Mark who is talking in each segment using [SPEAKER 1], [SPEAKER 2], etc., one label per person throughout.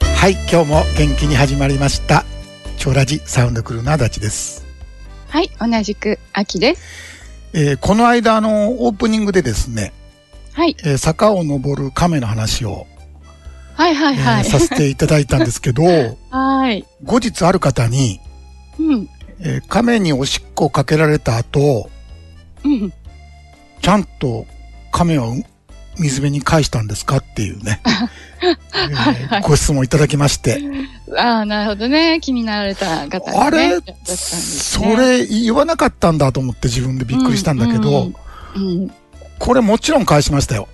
[SPEAKER 1] はい今日も元気に始まりました超ラジサウンドクルーの足立です、
[SPEAKER 2] はい、同じく秋です。
[SPEAKER 1] えーこの間あのオープニングでですね、
[SPEAKER 2] はい、
[SPEAKER 1] えー坂を登る亀の話を、
[SPEAKER 2] はいはい
[SPEAKER 1] えー
[SPEAKER 2] はい。
[SPEAKER 1] させていただいたんですけ ど
[SPEAKER 2] はい。
[SPEAKER 1] 後日ある方に、
[SPEAKER 2] うん、
[SPEAKER 1] えー亀におしっこをかけられた後
[SPEAKER 2] うん。
[SPEAKER 1] ちゃんと亀はう水辺に返したんですかっていうね、えー
[SPEAKER 2] はいはい
[SPEAKER 1] ご質問いただきまして
[SPEAKER 2] ああ、なるほどね。気になられた方
[SPEAKER 1] あ
[SPEAKER 2] がね。
[SPEAKER 1] れ
[SPEAKER 2] だったんです
[SPEAKER 1] そ
[SPEAKER 2] ね、
[SPEAKER 1] れ言わなかったんだと思って自分でびっくりしたんだけど、
[SPEAKER 2] うん、
[SPEAKER 1] これもちろん返しましたよ。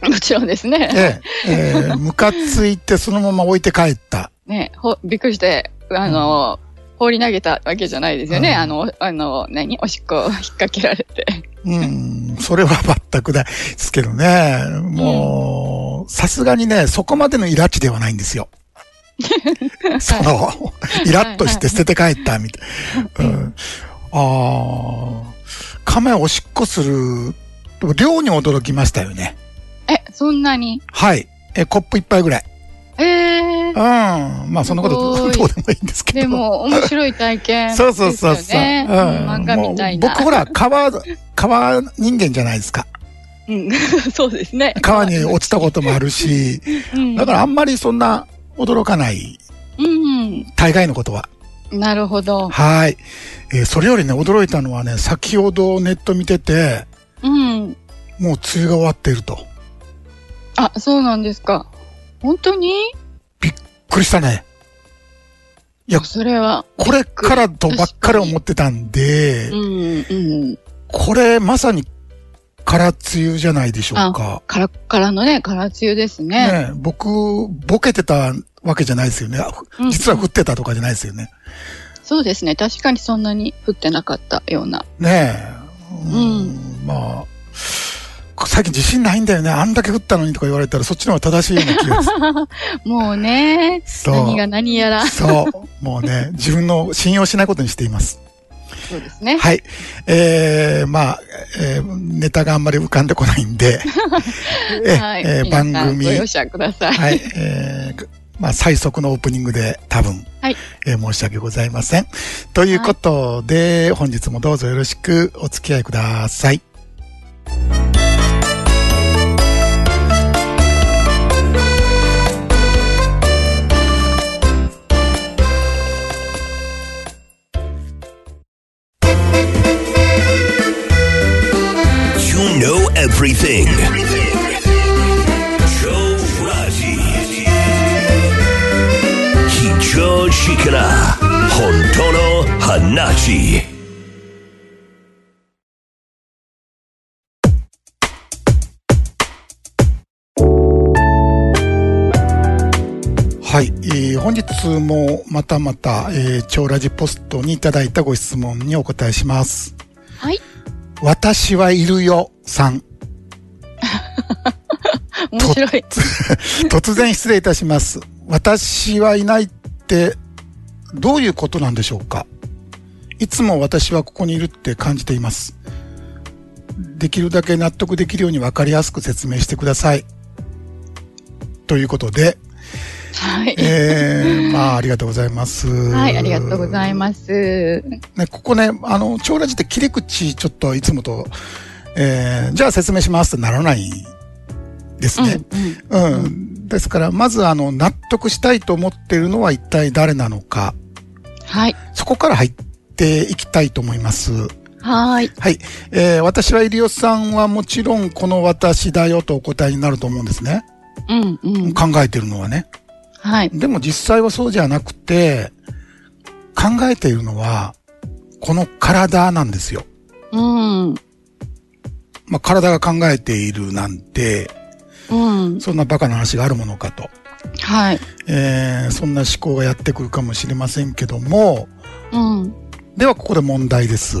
[SPEAKER 2] もちろんですね。
[SPEAKER 1] ええ、ええムカついてそのまま置いて帰った。
[SPEAKER 2] ね、ほ、びっくりして、あの、放り投げたわけじゃないですよね。
[SPEAKER 1] うん
[SPEAKER 2] あの、あの、何おしっこを引っ掛けら れて。
[SPEAKER 1] うん、それは全くないですけどね。もう、さすがにね、そこまでのイラチではないんです よ。その、イラッとして捨てて帰ったみたい。うん、ああ、亀おしっこする、量に驚きましたよね。
[SPEAKER 2] え、そんなに
[SPEAKER 1] はい。え、コップ一杯ぐらい。
[SPEAKER 2] ええ
[SPEAKER 1] うん。まあ、そんなことどうど
[SPEAKER 2] すご
[SPEAKER 1] う
[SPEAKER 2] い
[SPEAKER 1] でもいいんですけど。
[SPEAKER 2] でも、面白い体験、
[SPEAKER 1] そうそうそう
[SPEAKER 2] で
[SPEAKER 1] そ
[SPEAKER 2] す
[SPEAKER 1] う。
[SPEAKER 2] よね。漫画みたいな。
[SPEAKER 1] もう僕ほら、川、川人間じゃないですか。
[SPEAKER 2] うん、 そうですね。
[SPEAKER 1] 川に落ちたこともあるし、
[SPEAKER 2] うん
[SPEAKER 1] だからあんまりそんな驚かない、
[SPEAKER 2] うん。
[SPEAKER 1] 大概のことは。
[SPEAKER 2] なるほど。
[SPEAKER 1] はい。えーそれよりね、驚いたのはね、先ほどネット見てて、
[SPEAKER 2] うん。
[SPEAKER 1] もう梅雨が終わっていると。
[SPEAKER 2] あ、そうなんですか。本当に
[SPEAKER 1] 苦したね。や
[SPEAKER 2] それは。
[SPEAKER 1] これからとばっかり思ってたんで
[SPEAKER 2] う、ん、うん。
[SPEAKER 1] これまさに、空梅雨じゃないでしょうか。
[SPEAKER 2] カラッカラのね、カラ梅雨ですね。
[SPEAKER 1] ねえ僕、ボケてたわけじゃないですよね。
[SPEAKER 2] うん
[SPEAKER 1] 実は降ってたとかじゃないですよね。
[SPEAKER 2] そうですね。確かにそんなに降ってなかったような。
[SPEAKER 1] ねえ。うん。まあ、最近自信ないんだよね。あんだけ降ったのにとか言われたら、そっちの方が正しいような気がする。
[SPEAKER 2] もうね、
[SPEAKER 1] そ
[SPEAKER 2] 何が何やら
[SPEAKER 1] う。。そう。もうね、自分の信用しないことにしてい ます。
[SPEAKER 2] そうですね。
[SPEAKER 1] はい。えー、まあ、えーネタがあんまり浮かんでこないん で、え
[SPEAKER 2] はい
[SPEAKER 1] えー
[SPEAKER 2] 皆さ
[SPEAKER 1] 番
[SPEAKER 2] ん
[SPEAKER 1] 組、
[SPEAKER 2] ご容赦ください。
[SPEAKER 1] はい、えー、まあ、最速のオープニングで多分、
[SPEAKER 2] はい
[SPEAKER 1] えー申し訳ございません。ということで、本日もどうぞよろしくお付き合いください。
[SPEAKER 3] You know everything. Joe Raji. Hijoshi kara hontono hanachi.
[SPEAKER 1] はい、えー本日もまたまた、えー、超ラジポストにいただいたご質問にお答えします。
[SPEAKER 2] はい。
[SPEAKER 1] 私はいるよ、さん。
[SPEAKER 2] 面白い。
[SPEAKER 1] 突然失礼いたします。 私はいないって、どういうことなんでしょうかいつも私はここにいるって感じています。できるだけ納得できるように分かりやすく説明してください。ということで、
[SPEAKER 2] はい。
[SPEAKER 1] えー、まあ、ありがとうございます。
[SPEAKER 2] はい、ありがとうございます。
[SPEAKER 1] ね、ここね、あの、長ラジって切り口、ちょっといつもと、えー、じゃあ説明しますってならないです
[SPEAKER 2] うん、
[SPEAKER 1] ね。
[SPEAKER 2] うん。
[SPEAKER 1] うん、ですから、まずあの、納得したいと思っているのは一体誰なのか、
[SPEAKER 2] はい。
[SPEAKER 1] そこから入っていきたいと思います。
[SPEAKER 2] はい。
[SPEAKER 1] はい。えー、私は入オさんはもちろんこの私だよとお答えになると思うんですね。
[SPEAKER 2] うん、うん。
[SPEAKER 1] 考えてるのはね。
[SPEAKER 2] はい。
[SPEAKER 1] でも実際はそうじゃなくて、考えているのは、この体なんですよ。
[SPEAKER 2] うん。
[SPEAKER 1] まあ、体が考えているなんて、
[SPEAKER 2] うん。
[SPEAKER 1] そんなバカな話があるものかと。
[SPEAKER 2] はい。
[SPEAKER 1] えー、そんな思考がやってくるかもしれませんけども、
[SPEAKER 2] うん。
[SPEAKER 1] ではここで問題です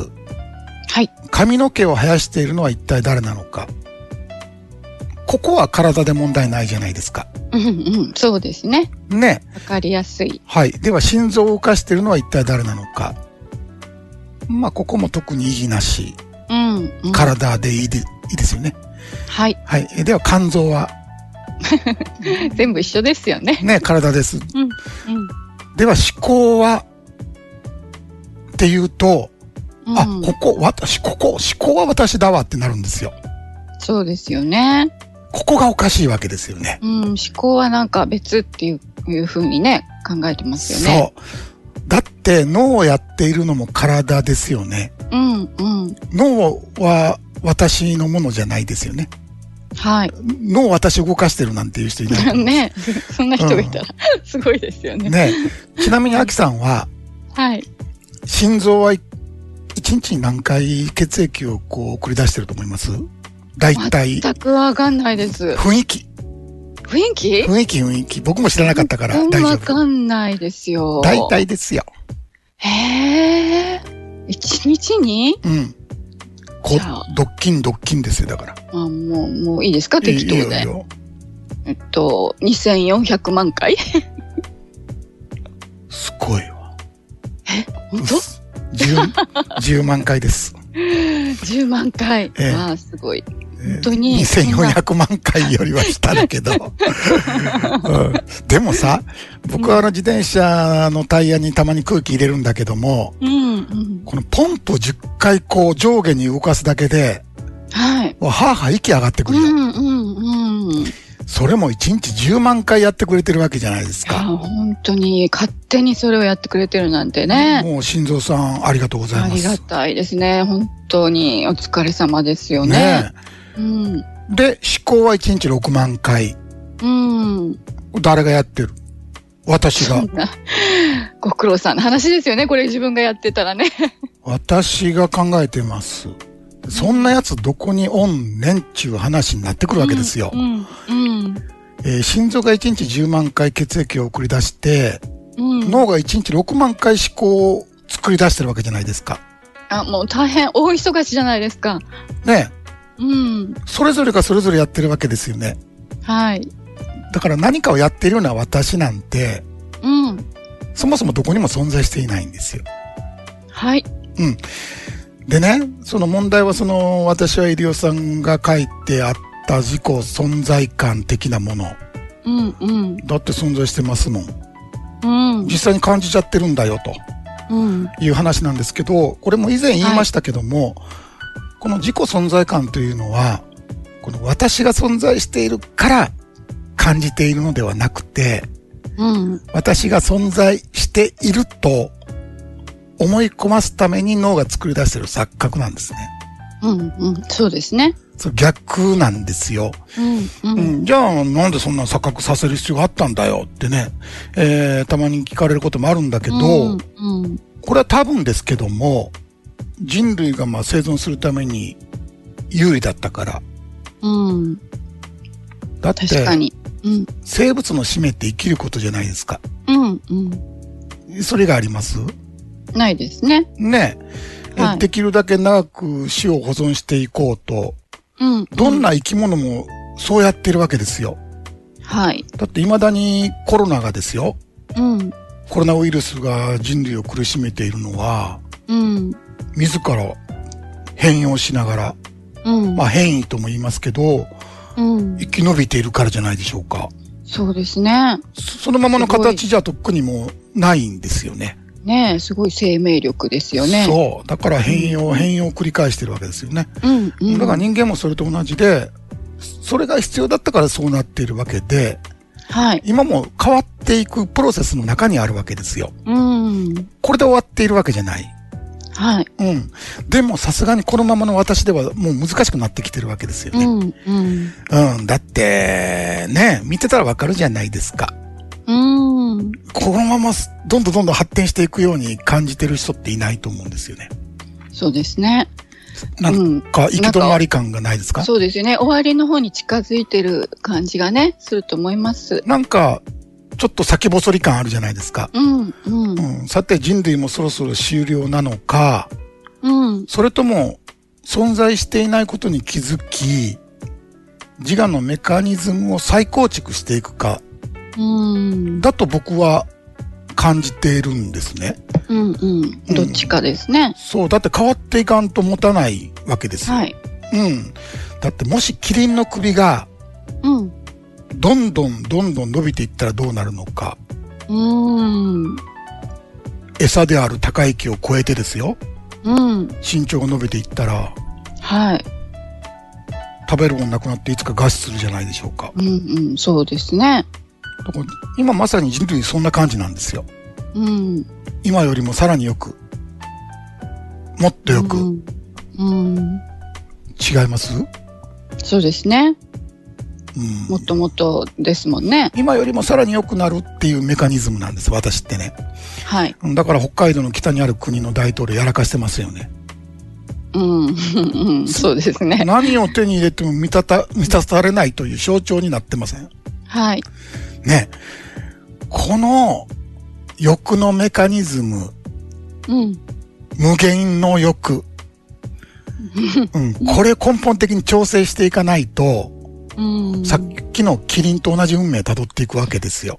[SPEAKER 2] はい。
[SPEAKER 1] 髪の毛を生やしているのは一体誰なのかここは体で問題ないじゃないですか
[SPEAKER 2] うん、うん。そうですね。
[SPEAKER 1] ね
[SPEAKER 2] わかりやすい。
[SPEAKER 1] はいでは心臓を動かしているのは一体誰なのかまあここも特に意義なし
[SPEAKER 2] うん、うん。
[SPEAKER 1] 体でいいでいいですよね
[SPEAKER 2] はい。
[SPEAKER 1] はいえでは肝臓は
[SPEAKER 2] 全部一緒ですよね。
[SPEAKER 1] ね、体です。
[SPEAKER 2] うん。うん。
[SPEAKER 1] では、思考は、っていうと、あ、
[SPEAKER 2] うん
[SPEAKER 1] ここ、私、ここ、思考は私だわってなるんですよ。
[SPEAKER 2] そうですよね。
[SPEAKER 1] ここがおかしいわけですよね。
[SPEAKER 2] うん。思考はなんか別っていういうふうにね、考えてますよね。
[SPEAKER 1] そう。だって、脳をやっているのも体ですよね。
[SPEAKER 2] そう。うん。うん。
[SPEAKER 1] 脳は私のものじゃないですよね。
[SPEAKER 2] はい。
[SPEAKER 1] 脳を私動かしてるなんていう人いないと思う。
[SPEAKER 2] ね。そんな人がいたら、すごいですよ ね。
[SPEAKER 1] ねちなみに、アキさんは、
[SPEAKER 2] はい。
[SPEAKER 1] 心臓は一日に何回血液をこう送り出してると思います大体。
[SPEAKER 2] 全くわかんないです。
[SPEAKER 1] 雰囲気。
[SPEAKER 2] 雰囲気
[SPEAKER 1] 雰囲気雰囲気。僕も知らなかったから
[SPEAKER 2] 全
[SPEAKER 1] 大
[SPEAKER 2] 然
[SPEAKER 1] 丈
[SPEAKER 2] わ
[SPEAKER 1] 夫。
[SPEAKER 2] かんないですよ。
[SPEAKER 1] 大。体ですよ。
[SPEAKER 2] へえ。一日に
[SPEAKER 1] うん。こ
[SPEAKER 2] じゃあ、
[SPEAKER 1] ドッキンドッキンですよ、だから。
[SPEAKER 2] あ、もう、もういいですか適当
[SPEAKER 1] いい
[SPEAKER 2] で。
[SPEAKER 1] よいいよ。
[SPEAKER 2] えっと、2400万回
[SPEAKER 1] すごいわ。
[SPEAKER 2] 本当
[SPEAKER 1] 当 10, 10万回です。
[SPEAKER 2] ?10 万回。
[SPEAKER 1] ええ
[SPEAKER 2] わあ、すごい。
[SPEAKER 1] 本
[SPEAKER 2] 当に
[SPEAKER 1] 2400万回よりは下だ けど、うんでもさ、僕はあの自転車のタイヤにたまに空気入れるんだけども、
[SPEAKER 2] うん、うん。
[SPEAKER 1] このポンプを10回こう上下に動かすだけで、
[SPEAKER 2] はい。
[SPEAKER 1] もうはぁはぁ息上がってく
[SPEAKER 2] う
[SPEAKER 1] るよ。
[SPEAKER 2] ん、うん、うん。い
[SPEAKER 1] それも1日10万回やってくれてるわけじゃないです
[SPEAKER 2] や、
[SPEAKER 1] か。
[SPEAKER 2] 本当に勝手にそれをやってくれてるなんてね。
[SPEAKER 1] もう心臓さんありがとうござ
[SPEAKER 2] あ
[SPEAKER 1] いま
[SPEAKER 2] り
[SPEAKER 1] す。
[SPEAKER 2] がたいですね。本当にお疲れ様ですよね。
[SPEAKER 1] ね
[SPEAKER 2] うん。
[SPEAKER 1] えで、思考は1日6万回。
[SPEAKER 2] うん。
[SPEAKER 1] 誰がやってる私が
[SPEAKER 2] そ。んな、ご苦労さんの話ですよね。これ自分がやってたらね。
[SPEAKER 1] 私が考えてます。そんなやつどこにおんねんちゅう話になってくるわけですよ
[SPEAKER 2] う。ん、うん、
[SPEAKER 1] えー心臓が1日10万回血液を送り出して、
[SPEAKER 2] うん。
[SPEAKER 1] 脳が1日6万回思考を作り出してるわけじゃないですか。
[SPEAKER 2] あ、もう大変大忙しじゃないですか。
[SPEAKER 1] ねえ
[SPEAKER 2] うん。
[SPEAKER 1] それぞれがそれぞれやってるわけですよね。
[SPEAKER 2] はい。
[SPEAKER 1] だから何かをやってるような私なんて、
[SPEAKER 2] うん。
[SPEAKER 1] そもそもどこにも存在していないんですよ。
[SPEAKER 2] はい。
[SPEAKER 1] でね、その問題はその、私は入オさんが書いてあった自己存在感的なもの。
[SPEAKER 2] うん、うん、
[SPEAKER 1] だって存在してますもん。
[SPEAKER 2] うん、
[SPEAKER 1] 実際に感じちゃってるんだよと
[SPEAKER 2] うん。
[SPEAKER 1] いう話なんですけど、これも以前言いましたけども、この自己存在感というのは、この私が存在しているから感じているのではなくて、
[SPEAKER 2] うん。
[SPEAKER 1] 私が存在していると思い込ますために脳が作り出している錯覚なんですね。
[SPEAKER 2] うん、うん。そうですね。
[SPEAKER 1] そう逆なんですよ。
[SPEAKER 2] うん、う。
[SPEAKER 1] うんん、じゃあなんでそんな錯覚させる必要があったんだよってね、えー、たまに聞かれることもあるんだけど、
[SPEAKER 2] うん、うん。
[SPEAKER 1] これは多分ですけども、人類がまあ生存するために有利だったから。
[SPEAKER 2] うん。
[SPEAKER 1] だって、
[SPEAKER 2] 確かに。うん、
[SPEAKER 1] 生物の使命って生きることじゃないですか。
[SPEAKER 2] うん、うん。
[SPEAKER 1] それがあります
[SPEAKER 2] ないですね。
[SPEAKER 1] ねえ、
[SPEAKER 2] はい
[SPEAKER 1] できるだけ長く死を保存していこうと、
[SPEAKER 2] うん。
[SPEAKER 1] どん
[SPEAKER 2] な、
[SPEAKER 1] な生き物もそうやってるわけですよ。
[SPEAKER 2] はい。
[SPEAKER 1] だって未だにコロナがですよ。
[SPEAKER 2] うん、
[SPEAKER 1] コロナウイルスが人類を苦しめているのは、
[SPEAKER 2] うん、
[SPEAKER 1] 自ら変容しながら、
[SPEAKER 2] うん。
[SPEAKER 1] まあ変異とも言いますけど、
[SPEAKER 2] うん。
[SPEAKER 1] 生き延びているからじゃないでしょうか。
[SPEAKER 2] そうですね。
[SPEAKER 1] そそのままの形じゃとっくにもうないんですよね。
[SPEAKER 2] ねえ、すごい生命力ですよね。
[SPEAKER 1] そう。だから変容、変容を繰り返してるわけですよね。
[SPEAKER 2] う。うん、うん。
[SPEAKER 1] だから人間もそれと同じで、それが必要だったからそうなっているわけで、
[SPEAKER 2] はい。
[SPEAKER 1] 今も変わっていくプロセスの中にあるわけですよ。
[SPEAKER 2] うん。
[SPEAKER 1] これで終わっているわけじゃない。
[SPEAKER 2] はい。
[SPEAKER 1] うん。でもさすがにこのままの私ではもう難しくなってきてるわけですよ
[SPEAKER 2] う
[SPEAKER 1] ね。
[SPEAKER 2] ん、うん。
[SPEAKER 1] うん。だって、ね、見てたらわかるじゃないですか。
[SPEAKER 2] うん。
[SPEAKER 1] このままどんどんどんどん発展していくように感じてる人っていないと思うんですよね。
[SPEAKER 2] そうですね。
[SPEAKER 1] な
[SPEAKER 2] うんん。
[SPEAKER 1] か行き止まり感がないですか
[SPEAKER 2] そうですよね。終わりの方に近づいてる感じがね、すると思います。
[SPEAKER 1] なんかちょっと先細り感あるじゃないですか。
[SPEAKER 2] うん、うん
[SPEAKER 1] う、ん、さて人類もそろそろ終了なのか、
[SPEAKER 2] うん、
[SPEAKER 1] それとも存在していないことに気づき、自我のメカニズムを再構築していくか、
[SPEAKER 2] うん、
[SPEAKER 1] だと僕は感じているんですね。
[SPEAKER 2] うん、うん。どっちかですね。
[SPEAKER 1] そう、だって変わっていかんと持たないわけですよ。
[SPEAKER 2] はい。
[SPEAKER 1] うん。だってもしキリンの首が
[SPEAKER 2] うん、
[SPEAKER 1] どんどんどんどん伸びていったらどうなるのか、
[SPEAKER 2] うーん。
[SPEAKER 1] 餌である高い木を越えてですよ、
[SPEAKER 2] うん。
[SPEAKER 1] 身長が伸びていったら、
[SPEAKER 2] はい。
[SPEAKER 1] 食べるもんなくなっていつか餓死するじゃないでしょうか。
[SPEAKER 2] うんうん。そうですね。
[SPEAKER 1] だから今まさに人類そんな感じなんですよ。
[SPEAKER 2] うん。
[SPEAKER 1] 今よりもさらによく、もっとよく、
[SPEAKER 2] うん。うん。
[SPEAKER 1] 違います、うん、
[SPEAKER 2] そうですね。もっともっとですもんね。
[SPEAKER 1] 今よりもさらに良くなるっていうメカニズムなんです、私ってね。
[SPEAKER 2] はい。
[SPEAKER 1] うんだから北海道の北にある国の大統領やらかしてますよね。
[SPEAKER 2] うん。うんそうですね。
[SPEAKER 1] 何を手に入れても満たた、満たされないという象徴になってません。
[SPEAKER 2] はい。
[SPEAKER 1] ね。この欲のメカニズム、
[SPEAKER 2] うん。
[SPEAKER 1] 無限の欲。うん、これ根本的に調整していかないと、
[SPEAKER 2] うん。
[SPEAKER 1] さっきのキリンと同じ運命辿っていくわけですよ。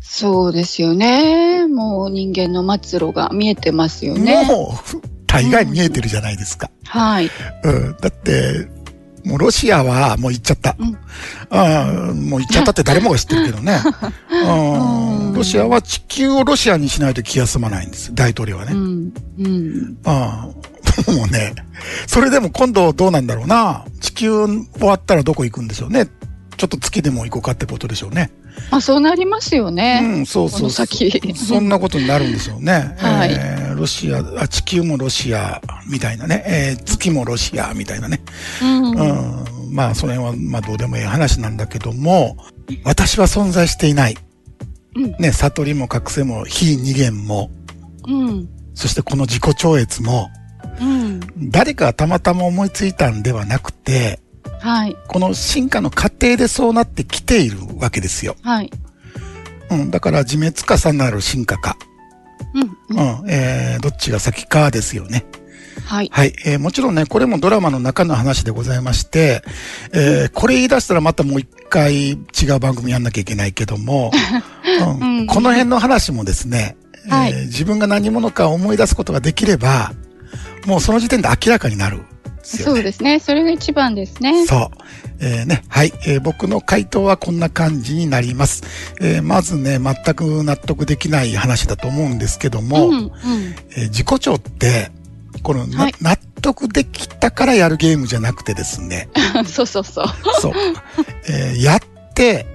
[SPEAKER 2] そうですよね。もう人間の末路が見えてますよね。
[SPEAKER 1] もう、大概見えてるじゃないですか。
[SPEAKER 2] はい。
[SPEAKER 1] うん、だって、もうロシアはもう行っちゃった。
[SPEAKER 2] うん
[SPEAKER 1] ああもう行っちゃったって誰もが知ってるけど ね。うん
[SPEAKER 2] うん
[SPEAKER 1] ロシアは地球をロシアにしないと気が済まないんです。大統領はね。
[SPEAKER 2] うん。うん。
[SPEAKER 1] ああもうね、それでも今度どうなんだろうな。地球終わったらどこ行くんでしょうね。ちょっと月でも行こうかってことでしょうね。
[SPEAKER 2] まあそうなりますよ
[SPEAKER 1] う
[SPEAKER 2] ね。
[SPEAKER 1] ん、そうそうそう。
[SPEAKER 2] この先
[SPEAKER 1] そんなことになるんでしょうね。
[SPEAKER 2] はい
[SPEAKER 1] えーロシアあ、地球もロシアみたいなね、えー月もロシアみたいなね。
[SPEAKER 2] うん。
[SPEAKER 1] うん、まあ、その辺は、まあ、どうでもいい話なんだけども、私は存在していない。
[SPEAKER 2] うん
[SPEAKER 1] ね、悟りも覚醒も、非二元も、
[SPEAKER 2] うん。
[SPEAKER 1] そしてこの自己超越も、
[SPEAKER 2] うん。
[SPEAKER 1] 誰かがたまたま思いついたんではなくて、
[SPEAKER 2] はい。
[SPEAKER 1] この進化の過程でそうなってきているわけですよ。
[SPEAKER 2] はい。
[SPEAKER 1] うん、だから自滅かさなる進化か。
[SPEAKER 2] うん。うん
[SPEAKER 1] うん、えー、どっちが先かですよね。
[SPEAKER 2] はい。
[SPEAKER 1] はい、えーもちろんね、これもドラマの中の話でございまして、えーこれ言い出したらまたもう一回違う番組やんなきゃいけないけど も、うん
[SPEAKER 2] うん
[SPEAKER 1] この辺の話もですね、えー
[SPEAKER 2] はい
[SPEAKER 1] 自分が何者か思い出すことができれば、もうその時点で明らかになるんですよ
[SPEAKER 2] そう
[SPEAKER 1] ね。
[SPEAKER 2] ですね。それが一番ですね。
[SPEAKER 1] そう。えーね。はい、えー僕の回答はこんな感じになります。えーまずね、全く納得できない話だと思うんですけども、
[SPEAKER 2] うん。うん。
[SPEAKER 1] えー自己調って、このな、
[SPEAKER 2] はい
[SPEAKER 1] 納得できたからやるゲームじゃなくてです ね、
[SPEAKER 2] そうそうそう。
[SPEAKER 1] そう。えーやって、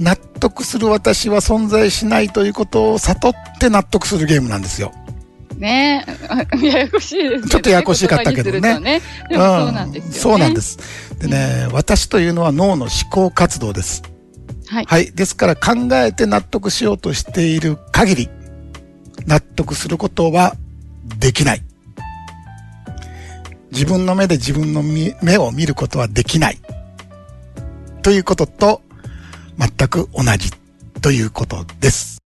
[SPEAKER 1] 納得する私は存在しないということを悟って納得するゲームなんですよ。
[SPEAKER 2] ね え。ややこしいですけどね
[SPEAKER 1] ちょっとややこしかったけどね
[SPEAKER 2] 言葉にするとねでもそうなんですよね。
[SPEAKER 1] そうなんです。でね、私というのは脳の思考活動です。
[SPEAKER 2] はい。
[SPEAKER 1] はい。ですから考えて納得しようとしている限り、納得することはできない。自分の目で自分のみ目を見ることはできない。ということと、全く同じということです。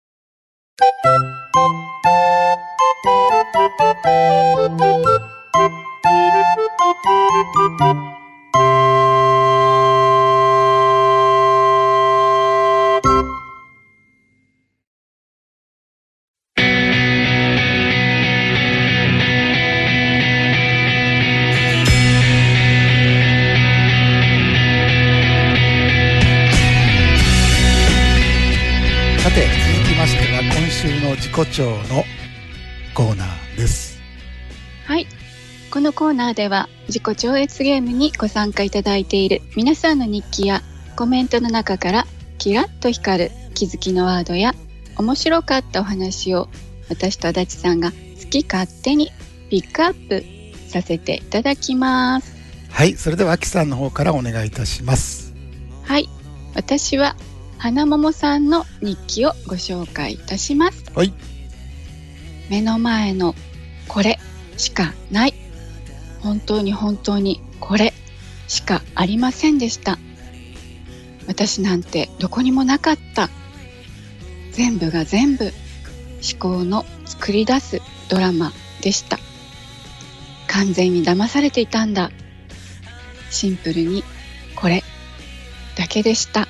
[SPEAKER 1] さて、続きましては今週の自己調のコーナーです。
[SPEAKER 2] はい。このコーナーでは自己超越ゲームにご参加いただいている皆さんの日記やコメントの中からキラッと光る気づきのワードや面白かったお話を私と足立さんが好き勝手にピックアップさせていただきます。
[SPEAKER 1] はい。それでは、秋さんの方からお願いいたします。
[SPEAKER 2] はい。私は花桃さんの日記をご紹介いたします。
[SPEAKER 1] はい。
[SPEAKER 2] 目の前のこれしかない本当に本当にこれしかありませんでした私なんてどこにもなかった全部が全部思考の作り出すドラマでした完全に騙されていたんだシンプルにこれだけでした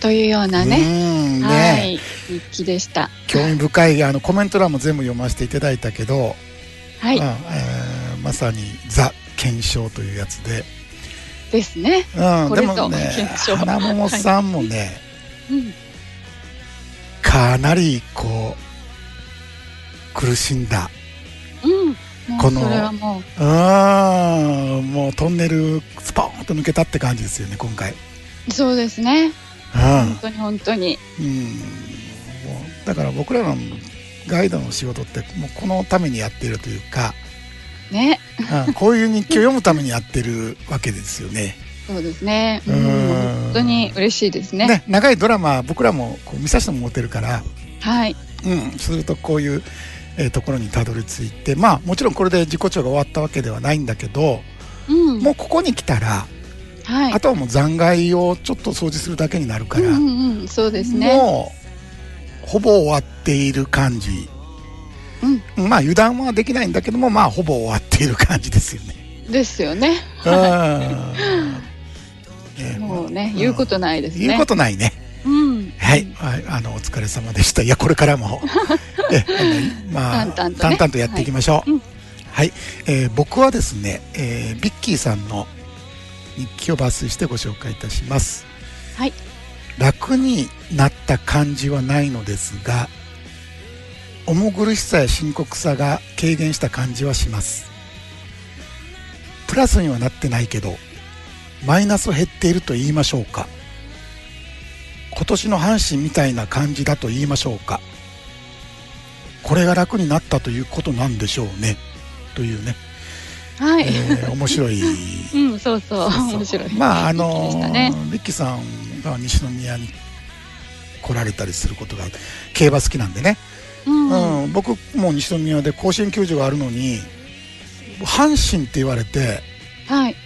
[SPEAKER 2] というような
[SPEAKER 1] うー
[SPEAKER 2] ね、
[SPEAKER 1] ん、ね
[SPEAKER 2] はい日記でした
[SPEAKER 1] 興味深いあのコメント欄も全部読ませていただいたけど、
[SPEAKER 2] はい
[SPEAKER 1] うんえーまさにザ検証というやつで、
[SPEAKER 2] ですね。
[SPEAKER 1] うん、
[SPEAKER 2] こ
[SPEAKER 1] で
[SPEAKER 2] れぞ
[SPEAKER 1] もね
[SPEAKER 2] 検、証
[SPEAKER 1] 花桃さんもね、
[SPEAKER 2] うん、
[SPEAKER 1] かなりこう、苦しんだ。
[SPEAKER 2] うん、も
[SPEAKER 1] こ
[SPEAKER 2] う
[SPEAKER 1] の
[SPEAKER 2] それはもう
[SPEAKER 1] うーん、もうトンネル、スポーンと抜けたって感じですよね、今回。
[SPEAKER 2] そうですね。
[SPEAKER 1] うん
[SPEAKER 2] 本。当に本当に。
[SPEAKER 1] うん、もうだから僕らのガイドの仕事ってもうこのためにやってるというか、
[SPEAKER 2] ね。
[SPEAKER 1] うんこういう日記を読むためにやってるわけですよね。
[SPEAKER 2] そうですね。うん
[SPEAKER 1] うん、
[SPEAKER 2] 本当に嬉しいですね。
[SPEAKER 1] ね長いドラマ僕らもこう見させてもらってるから、
[SPEAKER 2] はい。
[SPEAKER 1] うん、するとこういう、えーところにたどり着いてまあもちろんこれで自己調が終わったわけではないんだけど
[SPEAKER 2] うん。
[SPEAKER 1] もうここに来たら、
[SPEAKER 2] はい
[SPEAKER 1] あ。とはもう残骸をちょっと掃除するだけになるから、
[SPEAKER 2] うんうんうん、そうですね。
[SPEAKER 1] もうほぼ終わっている感じ。
[SPEAKER 2] うん、
[SPEAKER 1] まあ油断はできないんだけども、まあほぼ終わっている感じですよね。
[SPEAKER 2] ですよね。
[SPEAKER 1] うんね
[SPEAKER 2] もうね、言うことないですね。
[SPEAKER 1] 言うことないね。
[SPEAKER 2] うん。
[SPEAKER 1] はい。はいあの、お疲れ様でした。いや、これから も、え、あの、まあ、
[SPEAKER 2] 淡々とね
[SPEAKER 1] 淡々とやっていきましょう。
[SPEAKER 2] は
[SPEAKER 1] はいい。えー僕はですね、えービッキーさんの日記を抜粋してご紹介いたします。
[SPEAKER 2] はい。
[SPEAKER 1] 楽になった感じはないのですが重苦しさや深刻さが軽減した感じはしますプラスにはなってないけどマイナスを減っていると言いましょうか今年の阪神みたいな感じだと言いましょうかこれが楽になったということなんでしょうねというね、
[SPEAKER 2] はい。
[SPEAKER 1] えー面白い
[SPEAKER 2] うん、そうそう、面白い。
[SPEAKER 1] まああ
[SPEAKER 2] で
[SPEAKER 1] の
[SPEAKER 2] したね。
[SPEAKER 1] リッキーさんが西宮に来られたりすることが競馬好きなんでね、
[SPEAKER 2] うん。
[SPEAKER 1] うん僕もう西宮で甲子園球場があるのに阪神って言われて
[SPEAKER 2] はい。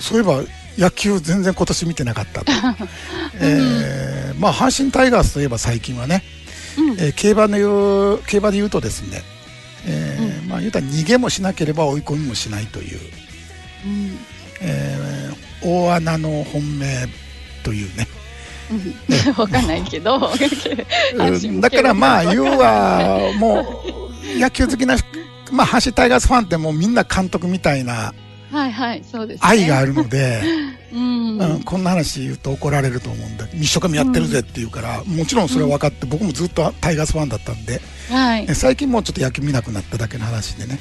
[SPEAKER 1] そういえば野球全然今年見てなかったと、 えーまあ、阪神タイガースといえば最近はね、
[SPEAKER 2] うん。
[SPEAKER 1] えー競馬の言う競馬で言うとですね、えーまあ、言うたら逃げもしなければ追い込みもしないという、
[SPEAKER 2] うん。
[SPEAKER 1] えー大穴の本命というね
[SPEAKER 2] うん。わかんないけ ど。
[SPEAKER 1] うんだからまあ、要は、もう、野球好きな、まあ、阪神タイガースファンってもうみんな監督みたいな
[SPEAKER 2] はいはい、そうです、ね。
[SPEAKER 1] 愛があるので、
[SPEAKER 2] うん。
[SPEAKER 1] うんこんな話言うと怒られると思うんだ一生懸命やってるぜって言うから、もちろんそれは分かって、僕もずっとタイガースファンだったんで、
[SPEAKER 2] はい
[SPEAKER 1] え。最近もうちょっと野球見なくなっただけの話でね。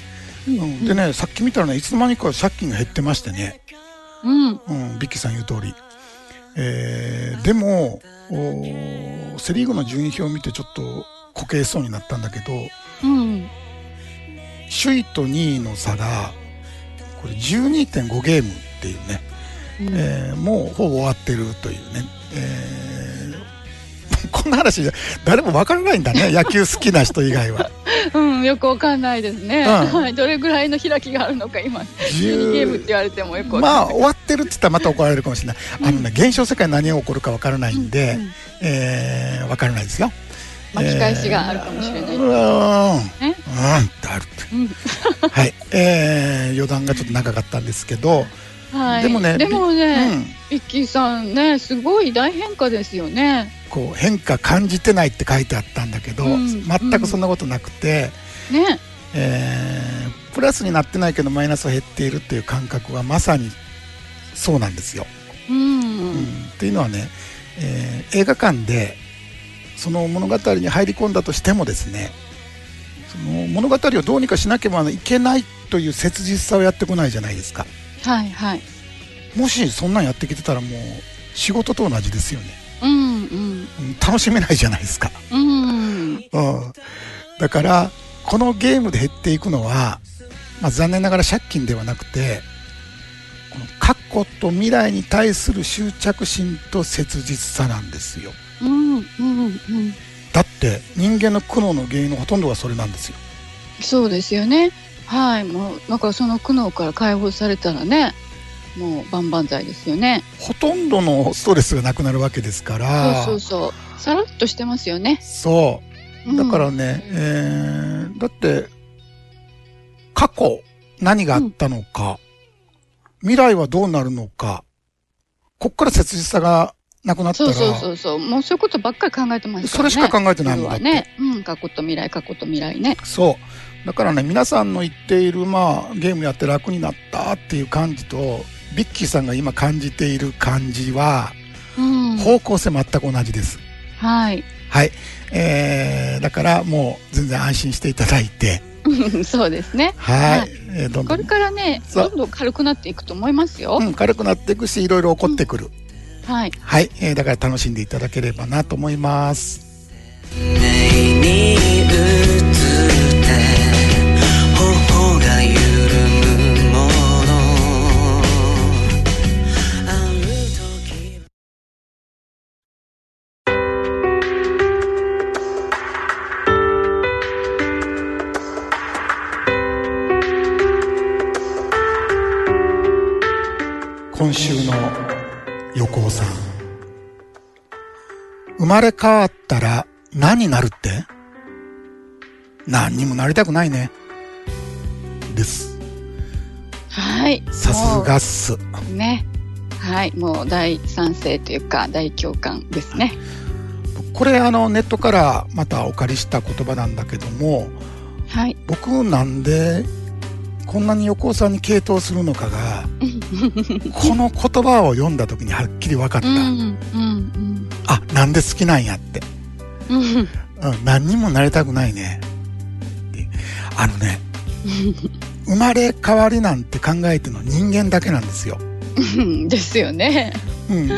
[SPEAKER 1] うんでね、さっき見たらね、いつの間にか借金が減ってましてね、
[SPEAKER 2] うん。
[SPEAKER 1] うん、ビッキーさん言う通り。えーでも、おーセリーグの順位表を見てちょっとこけそうになったんだけど、
[SPEAKER 2] うん。
[SPEAKER 1] 首位と2位の差が、これ12.5ゲームっていうね、
[SPEAKER 2] うん
[SPEAKER 1] えーもうほぼ終わってるというね、えー こんな話、誰もわからないんだ ね、野球好きな人以外は。
[SPEAKER 2] うん、よくわかんないですね、
[SPEAKER 1] うん
[SPEAKER 2] はい、どれぐらいの開きがあるのか今12ゲームって言われてもよくわかん
[SPEAKER 1] まあ、
[SPEAKER 2] ない、
[SPEAKER 1] 終わってるって言ったらまた怒られるかもしれない。あのね、現象世界何が起こるかわからないんで、
[SPEAKER 2] うんうん
[SPEAKER 1] えーわからないですよ。
[SPEAKER 2] 巻き返しがあるかもしれない、
[SPEAKER 1] うーん。うん
[SPEAKER 2] ね
[SPEAKER 1] ってあるって。はい。えー、余談がちょっと長かったんですけど、
[SPEAKER 2] はい、
[SPEAKER 1] でもね
[SPEAKER 2] でもね、
[SPEAKER 1] うん
[SPEAKER 2] ビッキーさんねすごい大変化ですよね
[SPEAKER 1] こう変化感じてないって書いてあったんだけど、
[SPEAKER 2] うん
[SPEAKER 1] 全くそんなことなくて、
[SPEAKER 2] ね
[SPEAKER 1] えープラスになってないけどマイナスは減っているっていう感覚はまさにそうなんですよ。
[SPEAKER 2] うん、
[SPEAKER 1] うんっていうのはね、えー映画館でその物語に入り込んだとしてもですねその物語をどうにかしなければいけないという切実さをやってこないじゃないですか
[SPEAKER 2] はいはい
[SPEAKER 1] もしそんなんやってきてたらもう仕事と同じですよね、
[SPEAKER 2] うんうん
[SPEAKER 1] うん楽しめないじゃないですか、
[SPEAKER 2] うん
[SPEAKER 1] うん、だからこのゲームで減っていくのは、まあ、残念ながら借金ではなくてこの過去と未来に対する執着心と切実さなんですよ
[SPEAKER 2] うんうんうん
[SPEAKER 1] だって人間の苦悩の原因のほとんどがそれなんですよ
[SPEAKER 2] そうですよねはいもうだからその苦悩から解放されたらねもう万々歳ですよね
[SPEAKER 1] ほとんどのストレスがなくなるわけですから
[SPEAKER 2] そうそうそうさらっとしてますよね、
[SPEAKER 1] そう
[SPEAKER 2] うん
[SPEAKER 1] だからね、えーだって過去何があったのか、未来はどうなるのかこっから切実さがなくなった
[SPEAKER 2] そ
[SPEAKER 1] ら
[SPEAKER 2] うそうそうそう。もうそういうことばっかり考えてます
[SPEAKER 1] そ
[SPEAKER 2] からね。
[SPEAKER 1] れしか考えてないもんだ
[SPEAKER 2] は
[SPEAKER 1] って、
[SPEAKER 2] ね。うん、過去と未来、過去と未来ね。
[SPEAKER 1] そうだからね皆さんの言っている、まあ、ゲームやって楽になったっていう感じとビッキーさんが今感じている感じは、
[SPEAKER 2] うん。
[SPEAKER 1] 方向性全く同じです。
[SPEAKER 2] はい。
[SPEAKER 1] はい。えー、だからもう全然安心していただいて、
[SPEAKER 2] そうですね。
[SPEAKER 1] はい。
[SPEAKER 2] はい
[SPEAKER 1] えーどんど
[SPEAKER 2] これ
[SPEAKER 1] ん、
[SPEAKER 2] からね、
[SPEAKER 1] そ
[SPEAKER 2] ど
[SPEAKER 1] うん
[SPEAKER 2] どん軽くなっていくと思いますよ。
[SPEAKER 1] うん、軽くなっていくし、いろいろ起こってくる。
[SPEAKER 2] はい。
[SPEAKER 1] はい、えーだから楽しんでいただければなと思います。
[SPEAKER 4] に映って頬が緩むものある時
[SPEAKER 1] 今週の横尾さん。生まれ変わったら何になるって何にもなりたくないね。です。
[SPEAKER 2] はい。
[SPEAKER 1] さすがっす。
[SPEAKER 2] もう。ね。はい。もう第三世というか、第共感ですね。
[SPEAKER 1] これあのネットからまたお借りした言葉なんだけども、
[SPEAKER 2] はい。
[SPEAKER 1] 僕なんでこんなに横尾さんに傾倒するのか が、この言葉を読んだ時にはっきり分かった。
[SPEAKER 2] うん。うん。
[SPEAKER 1] あ、なんで好きなんやって。
[SPEAKER 2] うん。うん。
[SPEAKER 1] うん、何にもなりたくないね。ってあの ね、生まれ変わりなんて考えてるの人間だけなんですよ。
[SPEAKER 2] うんですよね。
[SPEAKER 1] うん。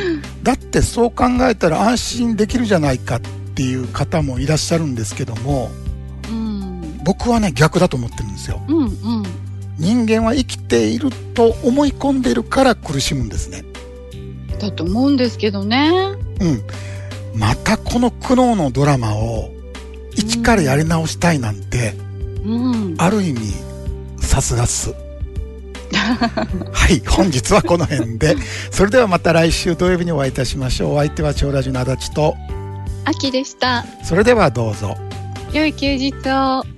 [SPEAKER 1] だってそう考えたら安心できるじゃないかっていう方もいらっしゃるんですけども、
[SPEAKER 2] うん。
[SPEAKER 1] 僕はね、逆だと思ってるんですよ。
[SPEAKER 2] うん。うん。
[SPEAKER 1] 人間は生きていると思い込んでいるから苦しむんですね。
[SPEAKER 2] だと思うんですけどね。
[SPEAKER 1] うん。またこの苦悩のドラマを一からやり直したいなんて、
[SPEAKER 2] うん。
[SPEAKER 1] ある意味、さすがっす。はい、本日はこの辺で。それではまた来週土曜日にお会いいたしましょう。お相手は長ラジの足立と、
[SPEAKER 2] 秋でした。
[SPEAKER 1] それではどうぞ。
[SPEAKER 2] 良い休日を。